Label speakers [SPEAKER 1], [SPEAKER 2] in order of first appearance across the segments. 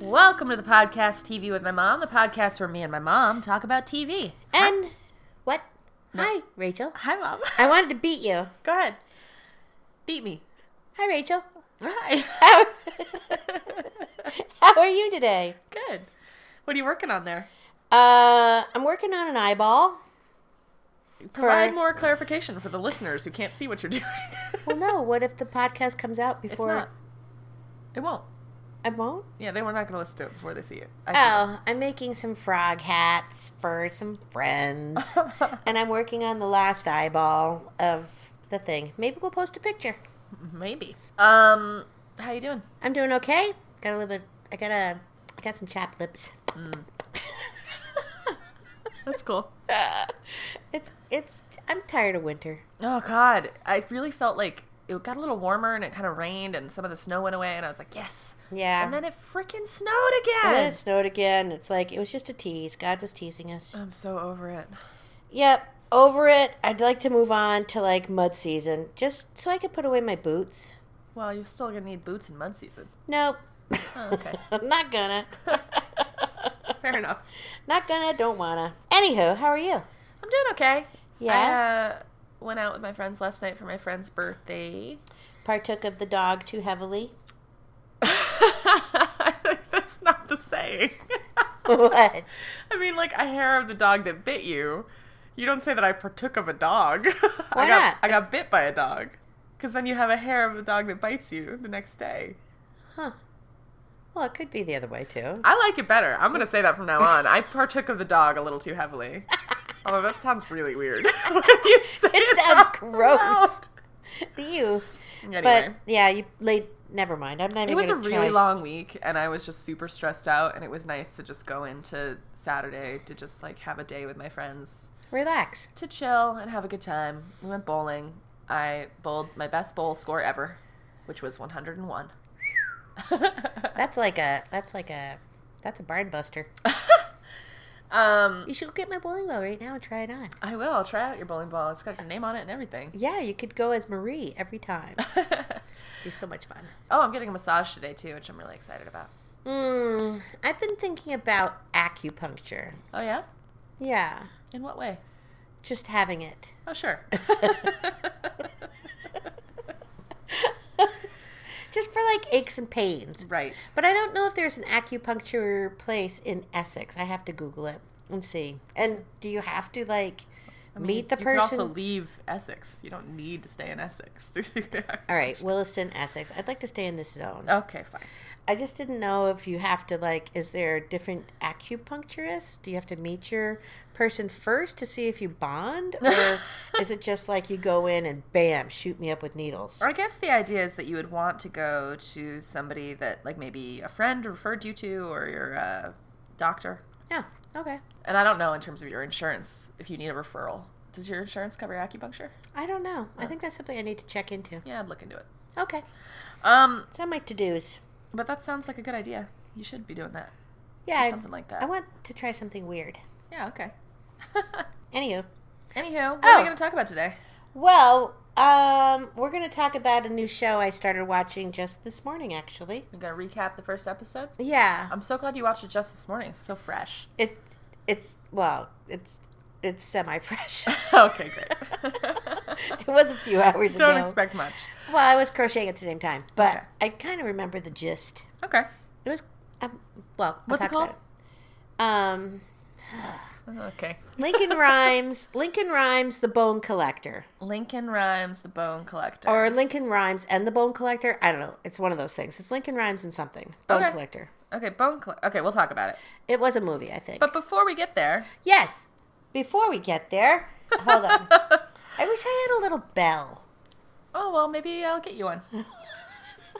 [SPEAKER 1] Welcome to the podcast TV with my mom, the podcast where me and my mom talk about TV.
[SPEAKER 2] And what? Hi, Rachel.
[SPEAKER 1] Hi, mom.
[SPEAKER 2] I wanted to beat you.
[SPEAKER 1] Go ahead. Beat me.
[SPEAKER 2] Hi, Rachel.
[SPEAKER 1] Hi.
[SPEAKER 2] How, How are you today?
[SPEAKER 1] Good. What are you working on there?
[SPEAKER 2] Uh, I'm working on an eyeball.
[SPEAKER 1] Provide
[SPEAKER 2] For-
[SPEAKER 1] more clarification for the listeners who can't see what you're doing.
[SPEAKER 2] Well, no. What if the podcast comes out
[SPEAKER 1] it's
[SPEAKER 2] before
[SPEAKER 1] not. It won't.
[SPEAKER 2] I won't?
[SPEAKER 1] Yeah, they were not going to listen to it before they see it. I see
[SPEAKER 2] Oh, I'm making some frog hats for some friends,
[SPEAKER 1] it.
[SPEAKER 2] and I'm working on the last eyeball of the thing. Maybe we'll post a picture.
[SPEAKER 1] Maybe. Um, how you doing?
[SPEAKER 2] I'm doing okay. Got a little bit. I got a. I got some chapped lips.
[SPEAKER 1] That's cool.
[SPEAKER 2] it's it's. I'm tired of winter.
[SPEAKER 1] Oh God, I really felt like it got a little warmer and it kind of rained and some of the snow went away and I was like, yes.
[SPEAKER 2] Yeah.
[SPEAKER 1] And then it freaking snowed again.
[SPEAKER 2] And then it snowed again. It's like it was just a tease. God was teasing us.
[SPEAKER 1] I'm so over it.
[SPEAKER 2] Yep, over it. I'd like to move on to like mud season, just so I could put away my boots.
[SPEAKER 1] Well, you're still gonna need boots in mud season.
[SPEAKER 2] Nope.
[SPEAKER 1] Oh, okay.
[SPEAKER 2] I'm not gonna.
[SPEAKER 1] Fair enough.
[SPEAKER 2] Not gonna. Don't wanna. Anywho, how are you?
[SPEAKER 1] I'm doing okay.
[SPEAKER 2] Yeah.
[SPEAKER 1] I, uh, went out with my friends last night for my friend's birthday.
[SPEAKER 2] Partook of the dog too heavily.
[SPEAKER 1] That's not the saying.
[SPEAKER 2] what?
[SPEAKER 1] I mean, like a hair of the dog that bit you. You don't say that I partook of a dog.
[SPEAKER 2] Why
[SPEAKER 1] I got,
[SPEAKER 2] not?
[SPEAKER 1] I got bit by a dog. Because then you have a hair of a dog that bites you the next day.
[SPEAKER 2] Huh. Well, it could be the other way too.
[SPEAKER 1] I like it better. I'm going to say that from now on. I partook of the dog a little too heavily. Although that sounds really weird. when you say
[SPEAKER 2] It sounds
[SPEAKER 1] out
[SPEAKER 2] gross.
[SPEAKER 1] loud.
[SPEAKER 2] you.
[SPEAKER 1] Anyway,
[SPEAKER 2] But yeah, you laid. Never mind. I'm not even.
[SPEAKER 1] it was a
[SPEAKER 2] gonna
[SPEAKER 1] really
[SPEAKER 2] try.
[SPEAKER 1] long week, and I was just super stressed out. And it was nice to just go into Saturday to just like have a day with my friends
[SPEAKER 2] Relax.
[SPEAKER 1] to chill and have a good time. We went bowling. I bowled my best bowl score ever, which was 101.
[SPEAKER 2] That's like a. That's like a. That's a barn buster.
[SPEAKER 1] um,
[SPEAKER 2] You should go get my bowling ball right now and try it on.
[SPEAKER 1] I will. I'll try out your bowling ball. It's got your name on it and everything.
[SPEAKER 2] Yeah, you could go as Marie every time.
[SPEAKER 1] oh,
[SPEAKER 2] It'd be so much fun.
[SPEAKER 1] I'm getting a massage today too, which I'm really excited about.
[SPEAKER 2] Mm, I've been thinking about acupuncture.
[SPEAKER 1] Oh yeah?
[SPEAKER 2] Yeah,
[SPEAKER 1] In what way?
[SPEAKER 2] just having it.
[SPEAKER 1] Oh sure.
[SPEAKER 2] just for like aches and pains.
[SPEAKER 1] right.
[SPEAKER 2] But I don't know if there's an acupuncture place in Essex. I have to Google it and see. And do you have to like
[SPEAKER 1] I mean,
[SPEAKER 2] meet the
[SPEAKER 1] you could
[SPEAKER 2] person?
[SPEAKER 1] also leave Essex. You don't need to stay in Essex.
[SPEAKER 2] All right, Williston, Essex. I'd like to stay in this zone.
[SPEAKER 1] Okay, fine.
[SPEAKER 2] I just didn't know if you have to like is there different acupuncturists? Do you have to meet your person first to see if you bond or is it just like you go in and bam, shoot me up with needles?
[SPEAKER 1] Or I guess the idea is that you would want to go to somebody that, like, maybe a friend referred you to or your uh, doctor.
[SPEAKER 2] Yeah. Oh, Okay.
[SPEAKER 1] And I don't know in terms of your insurance if you need a referral. Does your insurance cover acupuncture?
[SPEAKER 2] I don't know. I think that's something I need to check into.
[SPEAKER 1] Yeah, I'd look into it.
[SPEAKER 2] Okay.
[SPEAKER 1] Um,
[SPEAKER 2] So my to-dos.
[SPEAKER 1] but that sounds like a good idea. You should be doing that.
[SPEAKER 2] Yeah. I-
[SPEAKER 1] something like that.
[SPEAKER 2] I want to try something weird.
[SPEAKER 1] yeah, okay.
[SPEAKER 2] Anywho,
[SPEAKER 1] Anywho, what are
[SPEAKER 2] Oh.
[SPEAKER 1] we going to talk about today?
[SPEAKER 2] well, um we're going to talk about a new show I started watching just this morning actually.
[SPEAKER 1] We're going to recap the first episode.
[SPEAKER 2] Yeah.
[SPEAKER 1] I'm so glad you watched it just this morning. It's so fresh.
[SPEAKER 2] It's it's well, it's it's semi fresh.
[SPEAKER 1] okay, great.
[SPEAKER 2] it was a few hours
[SPEAKER 1] Don't
[SPEAKER 2] ago.
[SPEAKER 1] expect much.
[SPEAKER 2] well, I was crocheting at the same time, but
[SPEAKER 1] Okay.
[SPEAKER 2] I kind of remember the gist.
[SPEAKER 1] Okay.
[SPEAKER 2] It was um, well. we'll
[SPEAKER 1] What's it
[SPEAKER 2] talk about it. Um,
[SPEAKER 1] Okay.
[SPEAKER 2] Lincoln Rhymes, Lincoln Rhymes, the Bone Collector,
[SPEAKER 1] Lincoln Rhymes, the Bone Collector.
[SPEAKER 2] or Lincoln Rhymes and the Bone Collector. I don't know. It's one of those things. It's Lincoln Rhymes and something. Bone
[SPEAKER 1] Okay.
[SPEAKER 2] Collector.
[SPEAKER 1] Okay, bone. Cl- okay, we'll talk about it.
[SPEAKER 2] It was a movie, I think.
[SPEAKER 1] But before we get there,
[SPEAKER 2] yes. Before we get there, hold on. I wish I had a little bell.
[SPEAKER 1] oh well, maybe I'll get you one.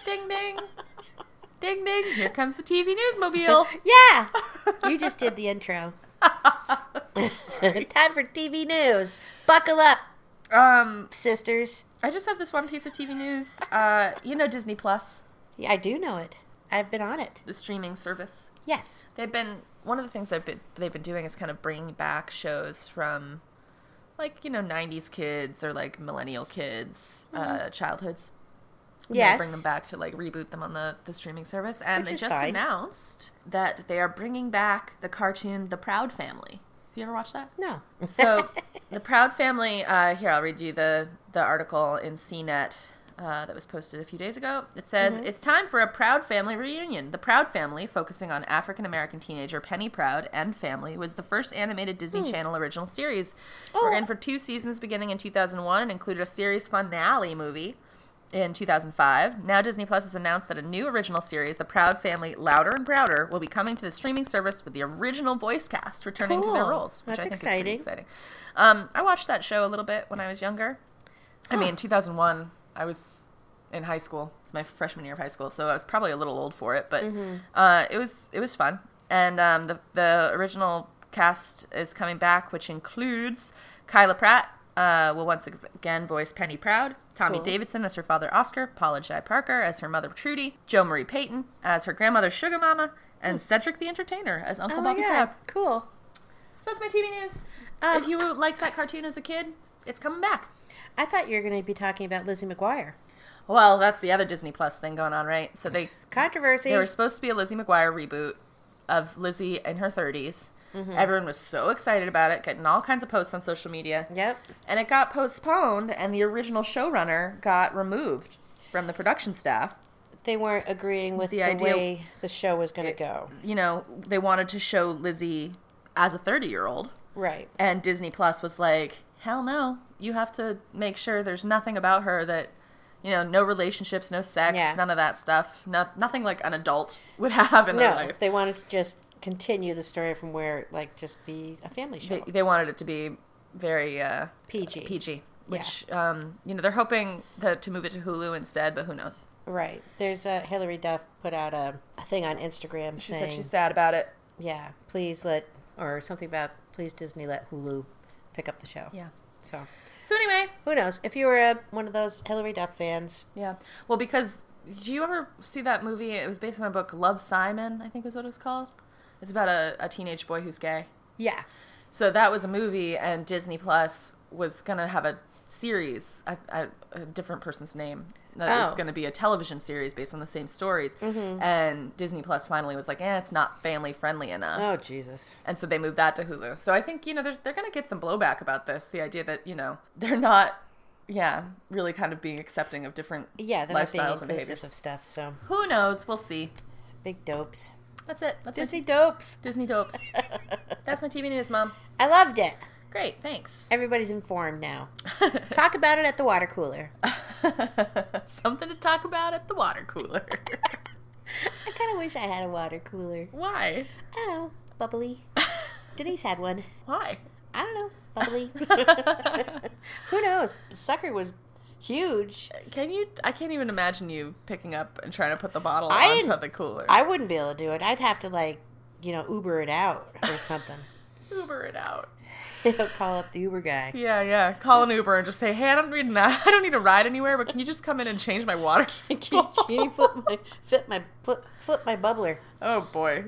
[SPEAKER 1] ding ding, ding ding! Here comes the TV newsmobile.
[SPEAKER 2] Yeah. You just did the intro. Time for TV news. Buckle up,
[SPEAKER 1] um,
[SPEAKER 2] sisters.
[SPEAKER 1] I just have this one piece of TV news. Uh, you know Disney Plus,
[SPEAKER 2] Yeah, I do know it. I've been on it.
[SPEAKER 1] the streaming service.
[SPEAKER 2] Yes.
[SPEAKER 1] They've been one of the things they've been they've been doing is kind of bringing back shows from,
[SPEAKER 2] Mm-hmm.
[SPEAKER 1] like you know, '90s kids or like millennial kids, uh, childhoods. and they'll
[SPEAKER 2] Yes.
[SPEAKER 1] bring them back to like reboot them on the, the streaming service. And
[SPEAKER 2] Which
[SPEAKER 1] they
[SPEAKER 2] is
[SPEAKER 1] just
[SPEAKER 2] fine.
[SPEAKER 1] announced that they are bringing back the cartoon The Proud Family. Have you ever watched that?
[SPEAKER 2] No.
[SPEAKER 1] So, the Proud Family. Uh, here, I'll read you the the article in CNET uh, that was posted a few days ago. It says
[SPEAKER 2] Mm-hmm.
[SPEAKER 1] it's time for a Proud Family reunion. The Proud Family, focusing on African American teenager Penny Proud and family, was the first animated Disney Channel original series. We're
[SPEAKER 2] Hmm. Oh.
[SPEAKER 1] in for two seasons, beginning in 2001, and included a series finale movie. In 2005, now Disney Plus has announced that a new original series, The Proud Family Louder and Prouder, will be coming to the streaming service with the original voice cast returning to their
[SPEAKER 2] Cool.
[SPEAKER 1] roles, which
[SPEAKER 2] That's
[SPEAKER 1] I think is pretty
[SPEAKER 2] exciting.
[SPEAKER 1] exciting. Um, I watched that show a little bit when I was younger. I mean, 2001, I was in high school. It's my freshman year of high school, so I was probably a little old for it, but uh, it was it was fun. And um, the the original cast is coming back, which includes Kyla Pratt. Uh, will once again voice Penny Proud, Tommy
[SPEAKER 2] Cool.
[SPEAKER 1] Davidson as her father Oscar, Paula Jai Parker as her mother Trudy, Jo Marie Payton as her grandmother Sugar Mama, and Cedric the Entertainer as Uncle
[SPEAKER 2] oh my
[SPEAKER 1] Bobby
[SPEAKER 2] god,
[SPEAKER 1] Crab.
[SPEAKER 2] cool.
[SPEAKER 1] So that's my TV news.
[SPEAKER 2] Um,
[SPEAKER 1] if you liked that cartoon as a kid, it's coming back.
[SPEAKER 2] I thought you were going to be talking about Lizzie McGuire.
[SPEAKER 1] Well, that's the other Disney Plus thing going on, right? So they
[SPEAKER 2] Controversy.
[SPEAKER 1] there was supposed to be a Lizzie McGuire reboot of Lizzie in her 30s.
[SPEAKER 2] Mm-hmm.
[SPEAKER 1] Everyone was so excited about it, getting all kinds of posts on social media.
[SPEAKER 2] Yep.
[SPEAKER 1] And it got postponed, and the original showrunner got removed from the production staff.
[SPEAKER 2] They weren't agreeing with
[SPEAKER 1] The
[SPEAKER 2] the,
[SPEAKER 1] idea-
[SPEAKER 2] way the show was going to go.
[SPEAKER 1] You know, they wanted to show Lizzie as a 30 year old.
[SPEAKER 2] Right.
[SPEAKER 1] And Disney Plus was like, hell no. You have to make sure there's nothing about her that, you know, no relationships, no sex,
[SPEAKER 2] Yeah.
[SPEAKER 1] none of that stuff. No, nothing like an adult would have in their
[SPEAKER 2] No,
[SPEAKER 1] life.
[SPEAKER 2] they wanted to just continue the story from where, like, just be a family show.
[SPEAKER 1] They, they wanted it to be very uh,
[SPEAKER 2] PG.
[SPEAKER 1] PG,
[SPEAKER 2] Yeah.
[SPEAKER 1] which, um, you know, they're hoping that, to move it to Hulu instead, but who knows?
[SPEAKER 2] Right. There's uh, Hillary Duff put out a, a thing on Instagram
[SPEAKER 1] She
[SPEAKER 2] saying,
[SPEAKER 1] said she's sad about it.
[SPEAKER 2] yeah, please let, or something about, please Disney let Hulu pick up the show.
[SPEAKER 1] Yeah.
[SPEAKER 2] So
[SPEAKER 1] So, anyway,
[SPEAKER 2] who knows? If you were a, one of those Hillary Duff fans,
[SPEAKER 1] yeah. Well, because, did you ever see that movie? It was based on a book, Love Simon, I think was what it was called. It's about a, a teenage boy who's gay.
[SPEAKER 2] yeah.
[SPEAKER 1] So that was a movie, and Disney Plus was gonna have a series, a, a, a different person's name. That was
[SPEAKER 2] Oh. Mm-hmm.
[SPEAKER 1] gonna be a television series based on the same stories. And Disney Plus finally was like, "Eh, it's not family friendly enough,"
[SPEAKER 2] Oh Jesus.
[SPEAKER 1] and so they moved that to Hulu. So I think you know they're they're gonna get some blowback about this. The idea that you know they're not, yeah, really kind of being accepting of different
[SPEAKER 2] Yeah, they're not being
[SPEAKER 1] lifestyles and
[SPEAKER 2] inclusive
[SPEAKER 1] behaviors.
[SPEAKER 2] of stuff. So
[SPEAKER 1] Who knows? We'll see.
[SPEAKER 2] big dopes.
[SPEAKER 1] That's it. That's Disney
[SPEAKER 2] Disney dopes.
[SPEAKER 1] Disney dopes. That's my TV news, mom.
[SPEAKER 2] I loved it.
[SPEAKER 1] Great, thanks.
[SPEAKER 2] Everybody's informed now. Talk about it at the water cooler.
[SPEAKER 1] Something to talk about at the water cooler.
[SPEAKER 2] I kind of wish I had a water cooler.
[SPEAKER 1] Why?
[SPEAKER 2] I don't know, bubbly. Denise had one.
[SPEAKER 1] Why?
[SPEAKER 2] I don't know, bubbly. Who knows? Sucker was huge.
[SPEAKER 1] Can you? I can't even imagine you picking up and trying to put the bottle
[SPEAKER 2] I
[SPEAKER 1] onto
[SPEAKER 2] didn't-
[SPEAKER 1] the cooler.
[SPEAKER 2] I wouldn't be able to do it. I'd have to like, you know, Uber it out or something.
[SPEAKER 1] Uber it out.
[SPEAKER 2] You know, Call up the Uber guy.
[SPEAKER 1] Yeah, yeah. Call an Uber and just say, "Hey, I don't need I don't need a ride anywhere, but can you just come in and change my water?"
[SPEAKER 2] Can you flip my flip my flip, flip my bubbler?
[SPEAKER 1] oh boy,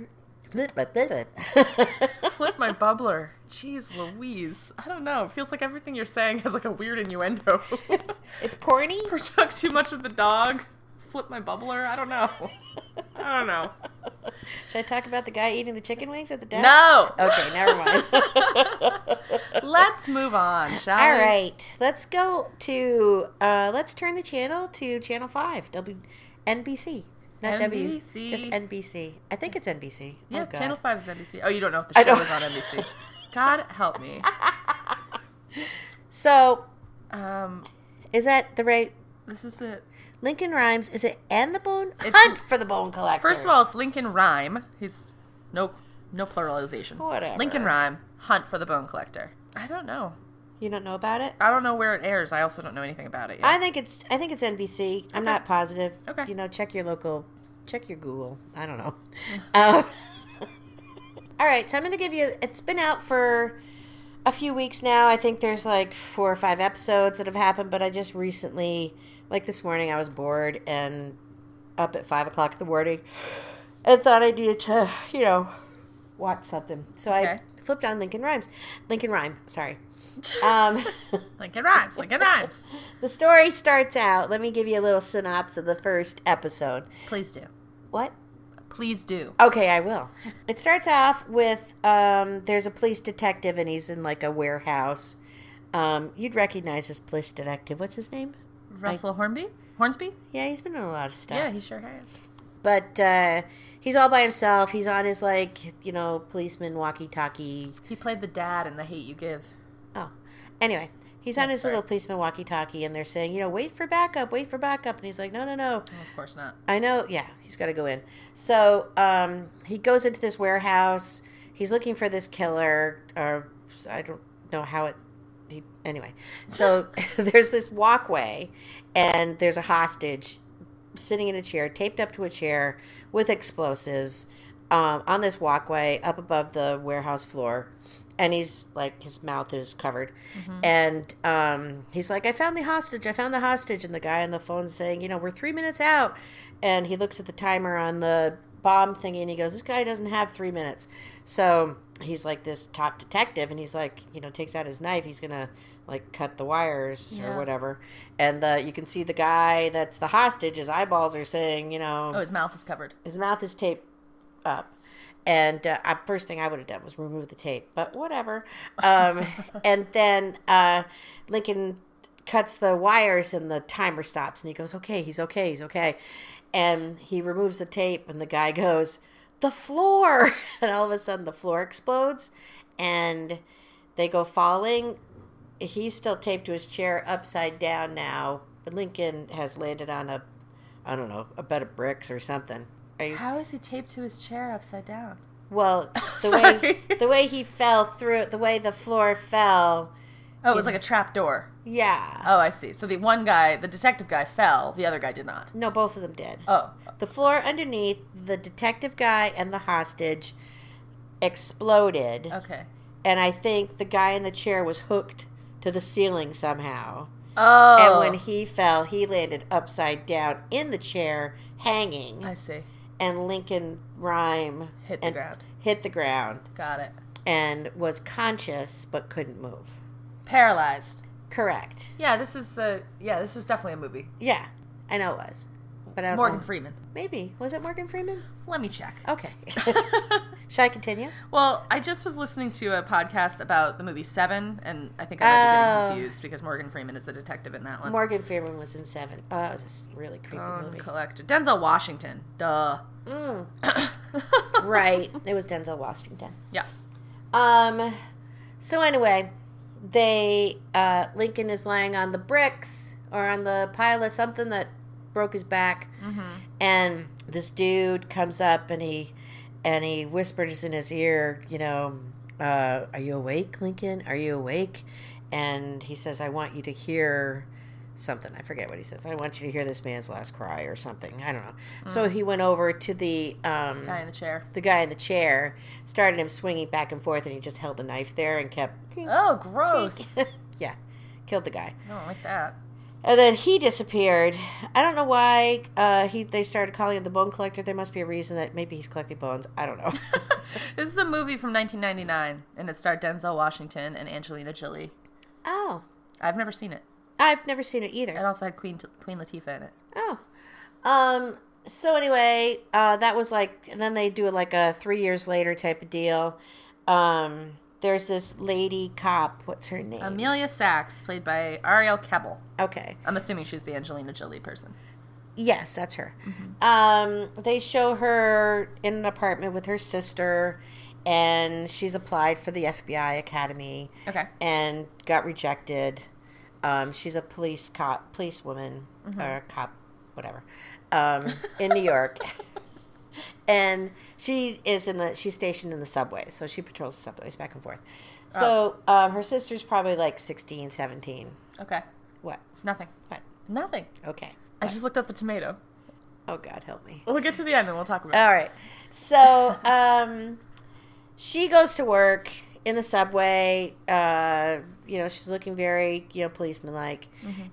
[SPEAKER 2] Flip my flip. it.
[SPEAKER 1] flip my bubbler. Jeez, Louise. I don't know. It feels like everything you're saying has like a weird innuendo.
[SPEAKER 2] it's, it's porny.
[SPEAKER 1] Protect too much of the dog. Flip my bubbler. I don't know. I don't know.
[SPEAKER 2] Should I talk about the guy eating the chicken wings at the desk?
[SPEAKER 1] No.
[SPEAKER 2] Okay, never mind.
[SPEAKER 1] Let's move on, shall
[SPEAKER 2] All
[SPEAKER 1] we?
[SPEAKER 2] right, let's go to uh, let's turn the channel to channel five, W NBC, not W,
[SPEAKER 1] NBC.
[SPEAKER 2] just NBC. I think it's NBC.
[SPEAKER 1] Yeah,
[SPEAKER 2] oh, God.
[SPEAKER 1] Channel 5 is NBC. Oh, you don't know if the
[SPEAKER 2] I
[SPEAKER 1] show
[SPEAKER 2] don't-
[SPEAKER 1] is on NBC. God help me.
[SPEAKER 2] So
[SPEAKER 1] Um,
[SPEAKER 2] is that the right
[SPEAKER 1] this is it.
[SPEAKER 2] Lincoln Rhymes? Is it and the Bone
[SPEAKER 1] It's-
[SPEAKER 2] Hunt for the Bone Collector?
[SPEAKER 1] First of all, it's Lincoln Rhyme. He's no no pluralization.
[SPEAKER 2] Whatever.
[SPEAKER 1] Lincoln Rhyme, Hunt for the Bone Collector. I don't know.
[SPEAKER 2] you don't know about it.
[SPEAKER 1] I don't know where it airs. I also don't know anything about it yet.
[SPEAKER 2] I think it's I think it's NBC. I'm not positive.
[SPEAKER 1] Okay.
[SPEAKER 2] You know, check your local, check your Google. I don't know.
[SPEAKER 1] Mm.
[SPEAKER 2] um, all right, so I'm going to give you. It's been out for a few weeks now. I think there's like four or five episodes that have happened, but I just recently, like this morning, I was bored and up at five o'clock in the morning, and thought I needed to, you know, watch something. So
[SPEAKER 1] Okay.
[SPEAKER 2] I flipped on Lincoln Rhymes, Lincoln Rhyme. Sorry. Um,
[SPEAKER 1] Like it rhymes. Like it rhymes.
[SPEAKER 2] the story starts out. Let me give you a little synopsis of the first episode.
[SPEAKER 1] Please do.
[SPEAKER 2] What?
[SPEAKER 1] Please do.
[SPEAKER 2] Okay, I will. It starts off with um, there's a police detective and he's in like a warehouse. Um, you'd recognize this police detective. What's his name?
[SPEAKER 1] Russell Hornby? Hornsby?
[SPEAKER 2] Yeah, he's been in a lot of stuff.
[SPEAKER 1] Yeah, he sure has.
[SPEAKER 2] But uh, he's all by himself. He's on his like you know policeman walkie-talkie.
[SPEAKER 1] He played the dad in The Hate You Give.
[SPEAKER 2] Oh, anyway. He's on his
[SPEAKER 1] sorry.
[SPEAKER 2] little policeman walkie-talkie, and they're saying, you know, wait for backup, wait for backup, and he's like, no, no, no,
[SPEAKER 1] Well, of course not.
[SPEAKER 2] I know. Yeah, he's got to go in. So um, he goes into this warehouse. He's looking for this killer, or I don't know how it. He, anyway, so there's this walkway, and there's a hostage sitting in a chair, taped up to a chair with explosives um, on this walkway up above the warehouse floor. And he's like, his mouth is covered. And um, he's like, I found the hostage. I found the hostage. And the guy on the phone's saying, you know, we're three minutes out. And he looks at the timer on the bomb thingy and he goes, this guy doesn't have three minutes. So he's like this top detective. And he's like, you know, takes out his knife. He's going to like cut the wires
[SPEAKER 1] Yeah.
[SPEAKER 2] or whatever. And uh, you can see the guy that's the hostage, his eyeballs are saying, you know,
[SPEAKER 1] Oh, his mouth is covered.
[SPEAKER 2] his mouth is taped up. And uh, I, first thing I would have done was remove the tape, but whatever. Um, and then uh, Lincoln cuts the wires and the timer stops and he goes, okay, he's okay, he's okay. And he removes the tape and the guy goes, the floor. And all of a sudden the floor explodes and they go falling. He's still taped to his chair upside down now. Lincoln has landed on a, I don't know, a bed of bricks or something. Are you
[SPEAKER 1] How is he taped to his chair upside down?
[SPEAKER 2] well, the way
[SPEAKER 1] Sorry.
[SPEAKER 2] the way he fell through, the way the floor fell.
[SPEAKER 1] Oh, it was like a trap door.
[SPEAKER 2] Yeah.
[SPEAKER 1] Oh, I see. So the one guy, the detective guy, fell. The other guy did not.
[SPEAKER 2] No, both of them did.
[SPEAKER 1] Oh,
[SPEAKER 2] The floor underneath the detective guy and the hostage exploded,
[SPEAKER 1] okay.
[SPEAKER 2] and I think the guy in the chair was hooked to the ceiling somehow.
[SPEAKER 1] Oh,
[SPEAKER 2] And when he fell, he landed upside down in the chair, hanging,
[SPEAKER 1] I see.
[SPEAKER 2] and Lincoln Rhyme
[SPEAKER 1] Hit the
[SPEAKER 2] and
[SPEAKER 1] ground.
[SPEAKER 2] hit the ground
[SPEAKER 1] Got it.
[SPEAKER 2] and was conscious but couldn't move.
[SPEAKER 1] Paralyzed.
[SPEAKER 2] Correct.
[SPEAKER 1] Yeah, this is the. Yeah, this is definitely a movie.
[SPEAKER 2] Yeah, I know it was, but I don't
[SPEAKER 1] Morgan
[SPEAKER 2] know.
[SPEAKER 1] Freeman.
[SPEAKER 2] Maybe was it Morgan Freeman?
[SPEAKER 1] Let me check.
[SPEAKER 2] Okay. Should I continue?
[SPEAKER 1] well, I just was listening to a podcast about the movie Seven, and I think I might be
[SPEAKER 2] Oh.
[SPEAKER 1] getting confused because Morgan Freeman is the detective in that one.
[SPEAKER 2] Morgan Freeman was in Seven. Oh, it was a really creepy
[SPEAKER 1] Bone
[SPEAKER 2] movie.
[SPEAKER 1] collector. Denzel Washington. Duh.
[SPEAKER 2] Mm. right. It was Denzel Washington.
[SPEAKER 1] Yeah.
[SPEAKER 2] Um. So anyway, they uh, Lincoln is lying on the bricks or on the pile of something that broke his back, and this dude comes up and he and he whispers in his ear, you know, uh, "Are you awake, Lincoln? Are you awake?" And he says, "I want you to hear." Something I forget what he says. I want you to hear this man's last cry or something. I don't know. So he went over to the um,
[SPEAKER 1] Guy in the chair.
[SPEAKER 2] the guy in the chair started him swinging back and forth and he just held the knife there and kept
[SPEAKER 1] Oh, gross. I
[SPEAKER 2] yeah killed the guy
[SPEAKER 1] don't like that.
[SPEAKER 2] and then he disappeared i don't know why uh, he they started calling him the bone collector there must be a reason that maybe he's collecting bones i don't know
[SPEAKER 1] This is a movie from 1999, and it starred Denzel Washington and Angelina Jolie.
[SPEAKER 2] oh
[SPEAKER 1] I've never seen it.
[SPEAKER 2] i've never seen it either
[SPEAKER 1] It also had Queen Queen Latifah in it.
[SPEAKER 2] Oh. Um so anyway, uh that was like and then they do like a 3 years later type of deal. Um there's this lady cop, what's her name?
[SPEAKER 1] Amelia Sachs, played by Ariel Kebble.
[SPEAKER 2] okay.
[SPEAKER 1] I'm assuming she's the Angelina Jolie person.
[SPEAKER 2] Yes, that's her.
[SPEAKER 1] Mm-hmm.
[SPEAKER 2] Um, they show her in an apartment with her sister, and she's applied for the FBI Academy
[SPEAKER 1] Okay.
[SPEAKER 2] and got rejected. Um, she's a police cop, police woman,
[SPEAKER 1] Mm-hmm.
[SPEAKER 2] or a cop, whatever, um, in New York. and she is in the she's stationed in the subway, so she patrols the subways back and forth.
[SPEAKER 1] Oh.
[SPEAKER 2] So um, her sister's probably like 16, 17.
[SPEAKER 1] Okay.
[SPEAKER 2] What?
[SPEAKER 1] Nothing.
[SPEAKER 2] What?
[SPEAKER 1] Nothing.
[SPEAKER 2] Okay.
[SPEAKER 1] I just looked up the tomato.
[SPEAKER 2] Oh God, help me.
[SPEAKER 1] We'll get to the end and we'll talk about it.
[SPEAKER 2] All right. So um, she goes to work in the subway. Uh, you know, she's looking very, you know, policeman like.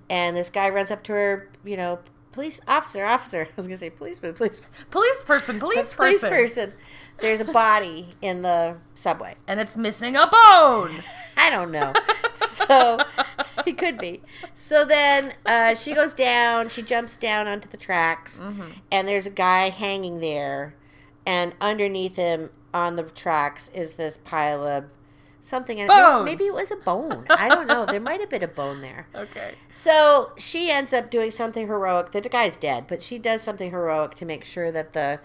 [SPEAKER 2] And this guy runs up to her, you know, police officer, officer. I was gonna say policeman, police,
[SPEAKER 1] Police person, police,
[SPEAKER 2] police
[SPEAKER 1] person.
[SPEAKER 2] person. There's a body in the subway.
[SPEAKER 1] And it's missing a bone.
[SPEAKER 2] I don't know. so he could be. So then uh, she goes down. She jumps down onto the tracks, and there's a guy hanging there, and underneath him on the tracks is this pile of something. And
[SPEAKER 1] Bones.
[SPEAKER 2] Maybe it was a bone. I don't know. There might have been a bone there.
[SPEAKER 1] Okay.
[SPEAKER 2] So she ends up doing something heroic. The guy's dead, but she does something heroic to make sure that the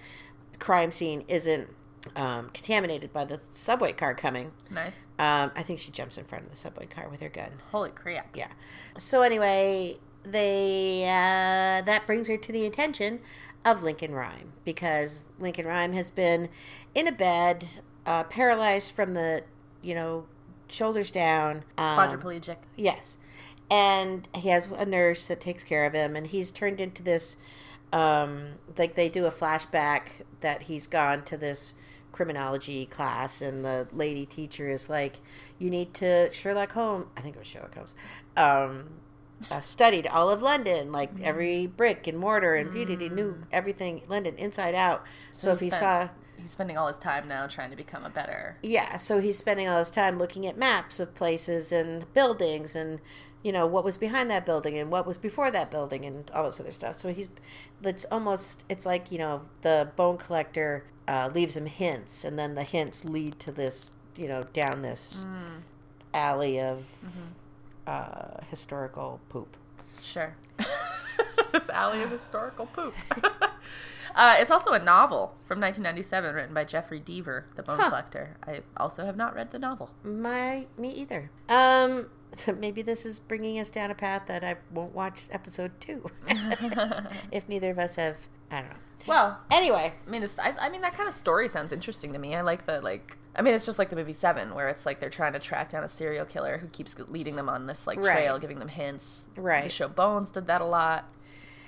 [SPEAKER 2] crime scene isn't um, contaminated by the subway car coming.
[SPEAKER 1] Nice.
[SPEAKER 2] Um, I think she jumps in front of the subway car with her gun.
[SPEAKER 1] Holy crap.
[SPEAKER 2] Yeah. So anyway, they uh, that brings her to the attention of Lincoln Rhyme because Lincoln Rhyme has been in a bed, uh, paralyzed from the you know shoulders down. Um,
[SPEAKER 1] Quadriplegic.
[SPEAKER 2] Yes. And he has a nurse that takes care of him, and he's turned into this. Um, like they do a flashback that he's gone to this criminology class, and the lady teacher is like, "You need to Sherlock Holmes." I think it was Sherlock Holmes. Um, uh, studied all of London, like every brick and mortar, and dee dee dee knew everything London inside out. So, if he saw
[SPEAKER 1] spent- He's spending all his time now trying to become a better.
[SPEAKER 2] yeah, so he's spending all his time looking at maps of places and buildings and you know what was behind that building and what was before that building and all this other stuff. So he's it's almost it's like, you know, the bone collector uh, leaves him hints and then the hints lead to this, you know, down this alley of uh, historical poop.
[SPEAKER 1] Sure. this alley of historical poop. uh, it's also a novel from 1997 written by Jeffrey Deaver, the Bone Collector. I also have not read the novel.
[SPEAKER 2] My me either. Um so maybe this is bringing us down a path that I won't watch episode 2 if neither of us have I don't know.
[SPEAKER 1] Well,
[SPEAKER 2] Anyway,
[SPEAKER 1] I mean, it's, I, I mean that kind of story sounds interesting to me. I like the like. I mean, it's just like the movie Seven, where it's like they're trying to track down a serial killer who keeps leading them on this like
[SPEAKER 2] Right.
[SPEAKER 1] trail, giving them hints. The
[SPEAKER 2] Right.
[SPEAKER 1] show Bones did that a lot.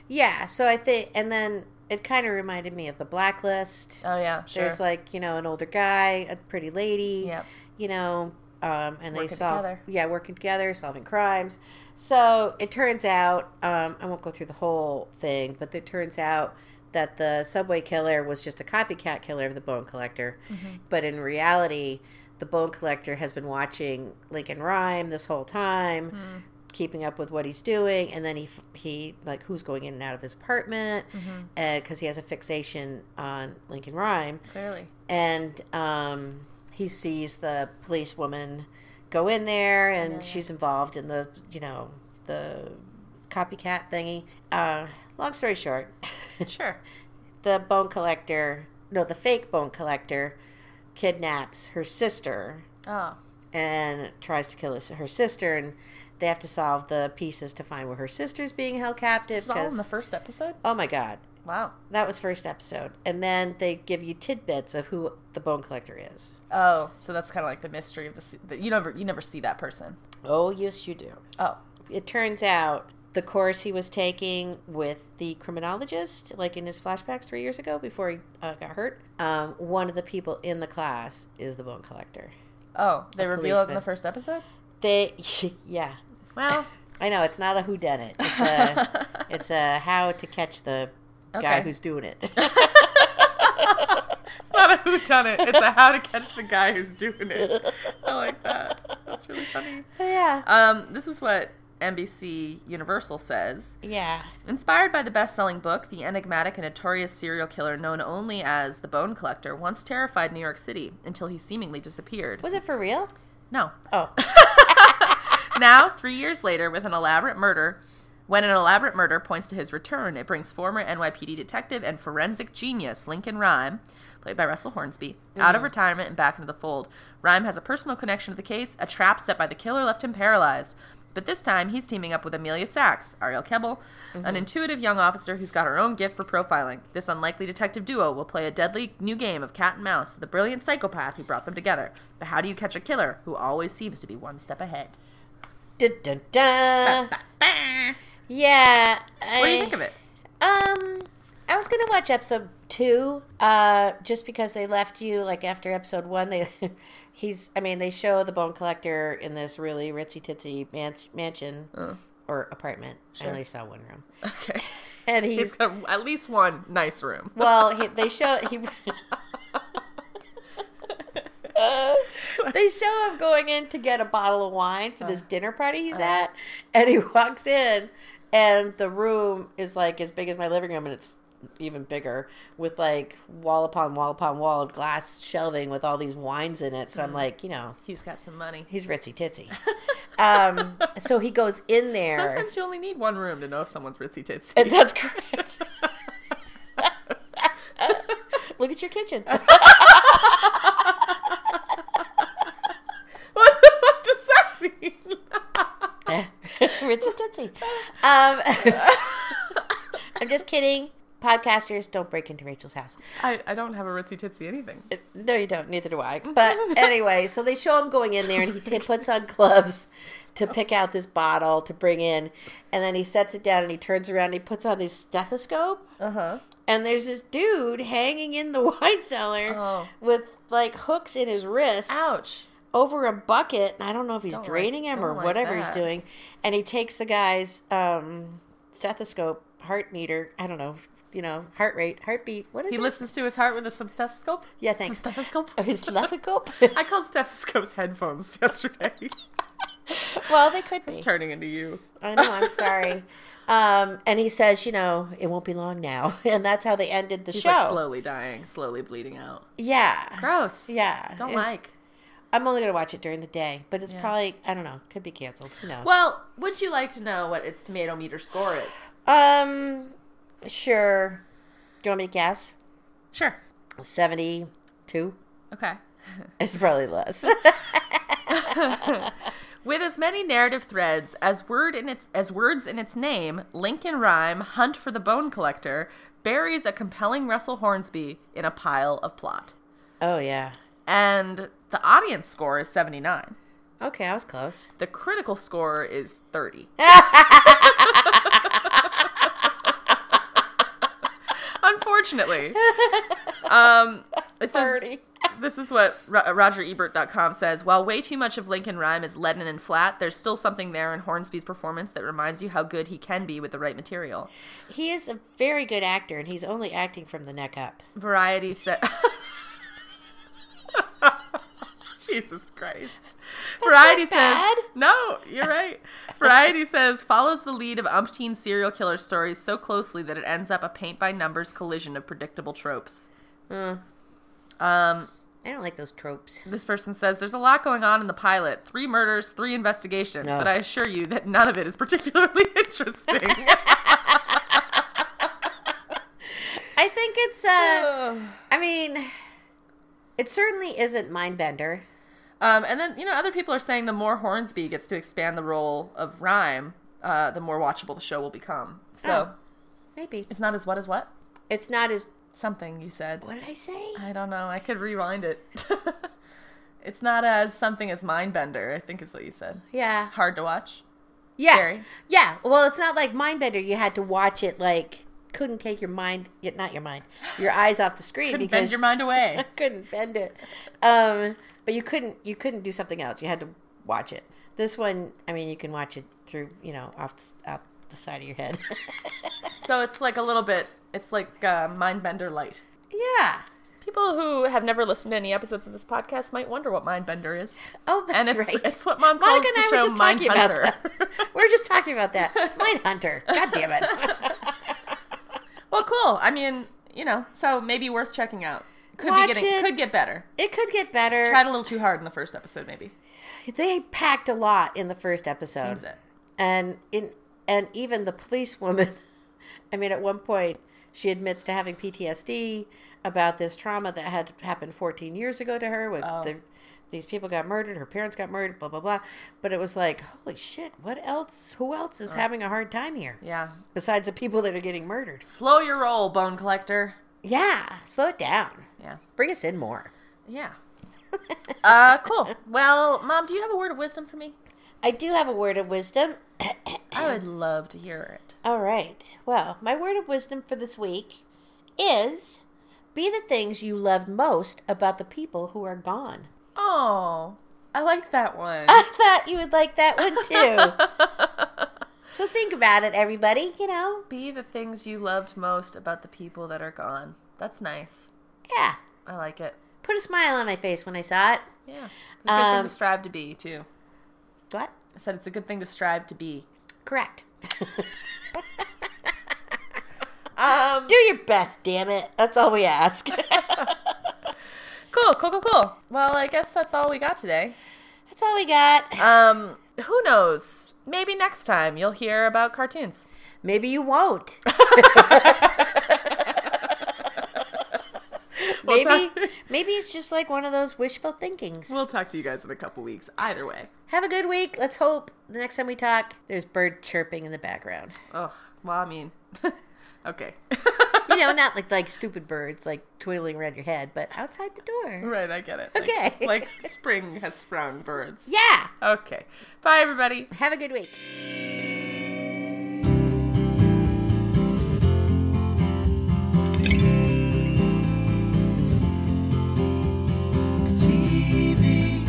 [SPEAKER 2] yeah. So I think, and then it kind of reminded me of the blacklist.
[SPEAKER 1] Oh yeah, sure.
[SPEAKER 2] There's like you know an older guy, a pretty lady.
[SPEAKER 1] Yep.
[SPEAKER 2] You know, um, and they
[SPEAKER 1] Working
[SPEAKER 2] solve
[SPEAKER 1] together.
[SPEAKER 2] yeah working together solving crimes. So it turns out um, I won't go through the whole thing, but it turns out that the subway killer was just a copycat killer of the bone collector,
[SPEAKER 1] Mm-hmm.
[SPEAKER 2] but in reality. The bone collector has been watching Lincoln Rhyme this whole time,
[SPEAKER 1] Hmm.
[SPEAKER 2] keeping up with what he's doing and then he f- he like who's going in and out of his apartment because
[SPEAKER 1] Mm-hmm.
[SPEAKER 2] he has a fixation on lincoln rhyme
[SPEAKER 1] Clearly.
[SPEAKER 2] and um, he sees the policewoman go in there and she's involved in the you know the copycat thingy uh, long story short
[SPEAKER 1] Sure.
[SPEAKER 2] the bone collector no the fake bone collector kidnaps her sister
[SPEAKER 1] Oh.
[SPEAKER 2] and tries to kill his, her sister, and they have to solve the pieces to find where her sister's being held captive.
[SPEAKER 1] This is all in
[SPEAKER 2] 'cause-
[SPEAKER 1] the first episode?
[SPEAKER 2] oh my god,
[SPEAKER 1] Wow.
[SPEAKER 2] that was first episode, and then they give you tidbits of who the bone collector is.
[SPEAKER 1] Oh, so that's kind of like the mystery of the, se- the you never you never see that person.
[SPEAKER 2] Oh yes, you do.
[SPEAKER 1] Oh,
[SPEAKER 2] It turns out the course he was taking with the criminologist, like in his flashbacks three years ago before he uh, got hurt, um, one of the people in the class is the bone collector.
[SPEAKER 1] oh, they reveal it in
[SPEAKER 2] policeman.
[SPEAKER 1] the first episode.
[SPEAKER 2] They, yeah,
[SPEAKER 1] Well,
[SPEAKER 2] I know it's not a whodunit. It's a It's a how to catch the guy
[SPEAKER 1] Okay.
[SPEAKER 2] who's doing it.
[SPEAKER 1] it's not a who done it. It's a how to catch the guy who's doing it. I like that. That's really funny.
[SPEAKER 2] yeah.
[SPEAKER 1] Um, this is what NBC Universal says.
[SPEAKER 2] Yeah.
[SPEAKER 1] Inspired by the best selling book, the enigmatic and notorious serial killer known only as the Bone Collector once terrified New York City until he seemingly disappeared.
[SPEAKER 2] Was it for real?
[SPEAKER 1] No.
[SPEAKER 2] Oh.
[SPEAKER 1] now, three years later, with an elaborate murder, when an elaborate murder points to his return, it brings former NYPD detective and forensic genius Lincoln Rhyme, played by Russell Hornsby, out of retirement and back into the fold. Rhyme has a personal connection to the case. A trap set by the killer left him paralyzed. But this time, he's teaming up with Amelia Sachs, Ariel Kebble, an intuitive young officer who's got her own gift for profiling. This unlikely detective duo will play a deadly new game of cat and mouse with the brilliant psychopath who brought them together. But how do you catch a killer who always seems to be one step ahead?
[SPEAKER 2] Dun, dun, dun. Yeah. I,
[SPEAKER 1] What do you think of it?
[SPEAKER 2] Um, I was gonna watch episode two, uh, just because they left you like after episode one. They, he's, I mean, they show the bone collector in this really ritzy titsy man- mansion or apartment. I only saw one room.
[SPEAKER 1] Okay.
[SPEAKER 2] and
[SPEAKER 1] He's
[SPEAKER 2] he's
[SPEAKER 1] got at least one nice room.
[SPEAKER 2] well, he, they show he. they show him going in to get a bottle of wine for this dinner party he's at, and he walks in, and the room is like as big as my living room, and it's even bigger with like wall upon wall upon wall of glass shelving with all these wines in it. So I'm like, you know,
[SPEAKER 1] He's got some money.
[SPEAKER 2] he's ritzy titsy. um, so he goes in there.
[SPEAKER 1] Sometimes you only need one room to know if someone's ritzy titsy.
[SPEAKER 2] And that's correct. Look at your kitchen.
[SPEAKER 1] what the fuck does that mean?
[SPEAKER 2] Ritzy titsy. Um, I'm just kidding. Podcasters, don't break into Rachel's house.
[SPEAKER 1] I, I don't have a ritzy titsy anything.
[SPEAKER 2] No, you don't. Neither do I. But anyway, so they show him going in there, and he t- puts on gloves to pick out this bottle to bring in, and then he sets it down, and he turns around, and he puts on his stethoscope,
[SPEAKER 1] Uh huh.
[SPEAKER 2] and there's this dude hanging in the wine cellar
[SPEAKER 1] Oh.
[SPEAKER 2] with like hooks in his wrists.
[SPEAKER 1] Ouch.
[SPEAKER 2] over a bucket. and I don't know if he's
[SPEAKER 1] Don't like-
[SPEAKER 2] draining him or
[SPEAKER 1] don't like
[SPEAKER 2] whatever he's
[SPEAKER 1] that.
[SPEAKER 2] doing. And he takes the guy's um, stethoscope, heart meter. I don't know, you know, heart rate, heartbeat. What is
[SPEAKER 1] He
[SPEAKER 2] it?
[SPEAKER 1] listens to his heart with a stethoscope.
[SPEAKER 2] Yeah, thanks. Oh,
[SPEAKER 1] Stethoscope.
[SPEAKER 2] His stethoscope.
[SPEAKER 1] I called stethoscopes headphones yesterday.
[SPEAKER 2] well, they could be.
[SPEAKER 1] Turning into you.
[SPEAKER 2] I know. I'm sorry. Um, and he says, you know, it won't be long now. And that's how they ended the
[SPEAKER 1] He's
[SPEAKER 2] show.
[SPEAKER 1] like slowly dying, slowly bleeding out.
[SPEAKER 2] Yeah.
[SPEAKER 1] Gross.
[SPEAKER 2] Yeah.
[SPEAKER 1] Don't
[SPEAKER 2] It-
[SPEAKER 1] like.
[SPEAKER 2] I'm only going to watch it during the day, but it's
[SPEAKER 1] Yeah.
[SPEAKER 2] probably, I don't know, could be canceled. Who knows?
[SPEAKER 1] Well, would you like to know what its tomato meter score is?
[SPEAKER 2] um, sure. Do you want me to guess?
[SPEAKER 1] Sure.
[SPEAKER 2] 72?
[SPEAKER 1] Okay.
[SPEAKER 2] It's probably less.
[SPEAKER 1] With as many narrative threads as word in its as words in its name, Lincoln Rhyme Hunt for the Bone Collector buries a compelling Russell Hornsby in a pile of plot.
[SPEAKER 2] oh yeah.
[SPEAKER 1] And the audience score is 79.
[SPEAKER 2] Okay, I was close.
[SPEAKER 1] The critical score is 30. Unfortunately. Um, it says-
[SPEAKER 2] 30.
[SPEAKER 1] this is what Ro- uh, RogerEbert.com says. While way too much of Lincoln Rhyme is leaden and flat, there's still something there in Hornsby's performance that reminds you how good he can be with the right material.
[SPEAKER 2] He is a very good actor, and he's only acting from the neck up.
[SPEAKER 1] Variety said. Jesus Christ. Variety says.
[SPEAKER 2] bad.
[SPEAKER 1] No, you're right. Variety says follows the lead of umpteen serial killer stories so closely that it ends up a paint by numbers collision of predictable tropes. Um,
[SPEAKER 2] I don't like those tropes.
[SPEAKER 1] this person says there's a lot going on in the pilot three murders, three investigations,
[SPEAKER 2] No.
[SPEAKER 1] but I assure you that none of it is particularly interesting.
[SPEAKER 2] I think it's uh I mean it certainly isn't Mindbender.
[SPEAKER 1] Um, and then, you know, other people are saying the more Hornsby gets to expand the role of Rhyme, uh, the more watchable the show will become. So
[SPEAKER 2] Oh. Maybe.
[SPEAKER 1] it's not as what as what?
[SPEAKER 2] It's not as
[SPEAKER 1] Something you said.
[SPEAKER 2] what did I say?
[SPEAKER 1] I don't know. I could rewind it. it's not as something as Mindbender, I think is what you said.
[SPEAKER 2] Yeah.
[SPEAKER 1] Hard to watch.
[SPEAKER 2] Yeah.
[SPEAKER 1] Scary.
[SPEAKER 2] Yeah. Well, it's not like Mindbender. You had to watch it like couldn't take your mind, yeah, not your mind, your eyes off the screen
[SPEAKER 1] Couldn't
[SPEAKER 2] because
[SPEAKER 1] bend your mind away.
[SPEAKER 2] couldn't bend it. Um, but you couldn't you couldn't do something else. You had to watch it. This one, I mean, you can watch it through you know off the, off the side of your head.
[SPEAKER 1] so it's like a little bit, it's like uh, Mindbender light.
[SPEAKER 2] yeah.
[SPEAKER 1] People who have never listened to any episodes of this podcast might wonder what Mindbender is.
[SPEAKER 2] Oh,
[SPEAKER 1] And
[SPEAKER 2] that's
[SPEAKER 1] it's,
[SPEAKER 2] right.
[SPEAKER 1] it's what mom calls
[SPEAKER 2] Monica and I
[SPEAKER 1] the
[SPEAKER 2] were
[SPEAKER 1] show
[SPEAKER 2] just talking about
[SPEAKER 1] Mindhunter.
[SPEAKER 2] that. we were just talking about that. Mind Hunter. God damn it.
[SPEAKER 1] Well, cool. I mean, you know, so maybe worth checking out. Could
[SPEAKER 2] Watch
[SPEAKER 1] be getting
[SPEAKER 2] it.
[SPEAKER 1] could get better.
[SPEAKER 2] It could get better.
[SPEAKER 1] Tried a little too hard in the first episode, maybe.
[SPEAKER 2] They packed a lot in the first episode.
[SPEAKER 1] Seems it.
[SPEAKER 2] and in and even the police woman i mean at one point she admits to having ptsd about this trauma that had happened 14 years ago to her when the, these people got murdered her parents got murdered blah blah blah but it was like holy shit what else who else is having a hard time here
[SPEAKER 1] Yeah.
[SPEAKER 2] besides the people that are getting murdered
[SPEAKER 1] Slow your roll, bone collector.
[SPEAKER 2] yeah slow it down
[SPEAKER 1] Yeah.
[SPEAKER 2] bring us in more
[SPEAKER 1] Yeah. uh cool. Well, mom, do you have a word of wisdom for me?
[SPEAKER 2] i do have a word of wisdom
[SPEAKER 1] I would love to hear it.
[SPEAKER 2] All right. Well, my word of wisdom for this week is be the things you loved most about the people who are gone.
[SPEAKER 1] Oh, I like that one.
[SPEAKER 2] I thought you would like that one too. So think about it, everybody. You know,
[SPEAKER 1] Be the things you loved most about the people that are gone. That's nice.
[SPEAKER 2] yeah.
[SPEAKER 1] I like it.
[SPEAKER 2] Put a smile on my face when I saw it.
[SPEAKER 1] Yeah. It's a good thing
[SPEAKER 2] Um,
[SPEAKER 1] to strive to be, too.
[SPEAKER 2] What?
[SPEAKER 1] I said it's a good thing to strive to be.
[SPEAKER 2] Correct.
[SPEAKER 1] Um,
[SPEAKER 2] Do your best, damn it. That's all we ask.
[SPEAKER 1] cool, cool, cool, cool. Well, I guess that's all we got today.
[SPEAKER 2] That's all we got.
[SPEAKER 1] Um, who knows? Maybe next time you'll hear about cartoons.
[SPEAKER 2] Maybe you won't.
[SPEAKER 1] We'll
[SPEAKER 2] maybe
[SPEAKER 1] talk-
[SPEAKER 2] maybe it's just like one of those wishful thinkings.
[SPEAKER 1] We'll talk to you guys in a couple weeks. Either way.
[SPEAKER 2] Have a good week. Let's hope the next time we talk, there's bird chirping in the background.
[SPEAKER 1] Ugh. Well, I mean, okay.
[SPEAKER 2] You know, not like like stupid birds like twiddling around your head, but outside the door.
[SPEAKER 1] right, I get it. Like-
[SPEAKER 2] Okay.
[SPEAKER 1] Like, spring has sprung birds.
[SPEAKER 2] Yeah.
[SPEAKER 1] Okay. Bye, everybody.
[SPEAKER 2] Have a good week.
[SPEAKER 3] TV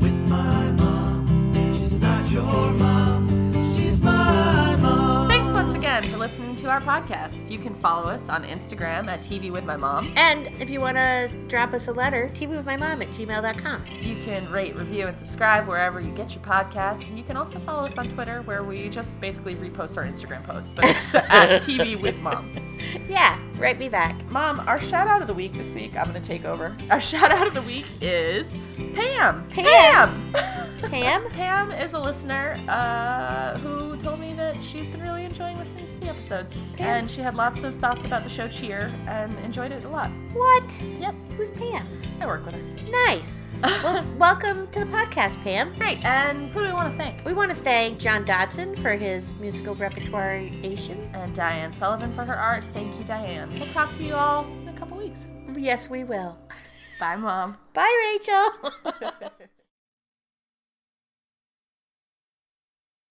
[SPEAKER 3] with my mom. She's not your mom, she's my mom.
[SPEAKER 1] Thanks once again for listening to our podcast. You can follow us on Instagram at TV with my mom.
[SPEAKER 2] And if you want to drop us a letter, tvwithmymom at gmail.com.
[SPEAKER 1] You can rate, review, and subscribe wherever you get your podcasts. And you can also follow us on Twitter, where we just basically repost our Instagram posts, but it's at TV with mom.
[SPEAKER 2] Yeah, write me back.
[SPEAKER 1] Mom, our shout out of the week this week, I'm going to take over. Our shout out of the week is Pam. Pam.
[SPEAKER 2] Pam. Pam?
[SPEAKER 1] Pam is a listener uh, who told me that she's been really enjoying listening to the episodes.
[SPEAKER 2] Pam.
[SPEAKER 1] And she had lots of thoughts about the show Cheer and enjoyed it a lot.
[SPEAKER 2] What?
[SPEAKER 1] Yep,
[SPEAKER 2] Who's Pam?
[SPEAKER 1] I work with her.
[SPEAKER 2] Nice. Well, welcome to the podcast, Pam.
[SPEAKER 1] Great. And who do we want to thank?
[SPEAKER 2] We want to thank John Dodson for his musical repertoireation.
[SPEAKER 1] And Diane Sullivan for her art. Thank you, Diane. We'll talk to you all in a couple weeks.
[SPEAKER 2] Yes, we will.
[SPEAKER 1] Bye, Mom.
[SPEAKER 2] Bye, Rachel.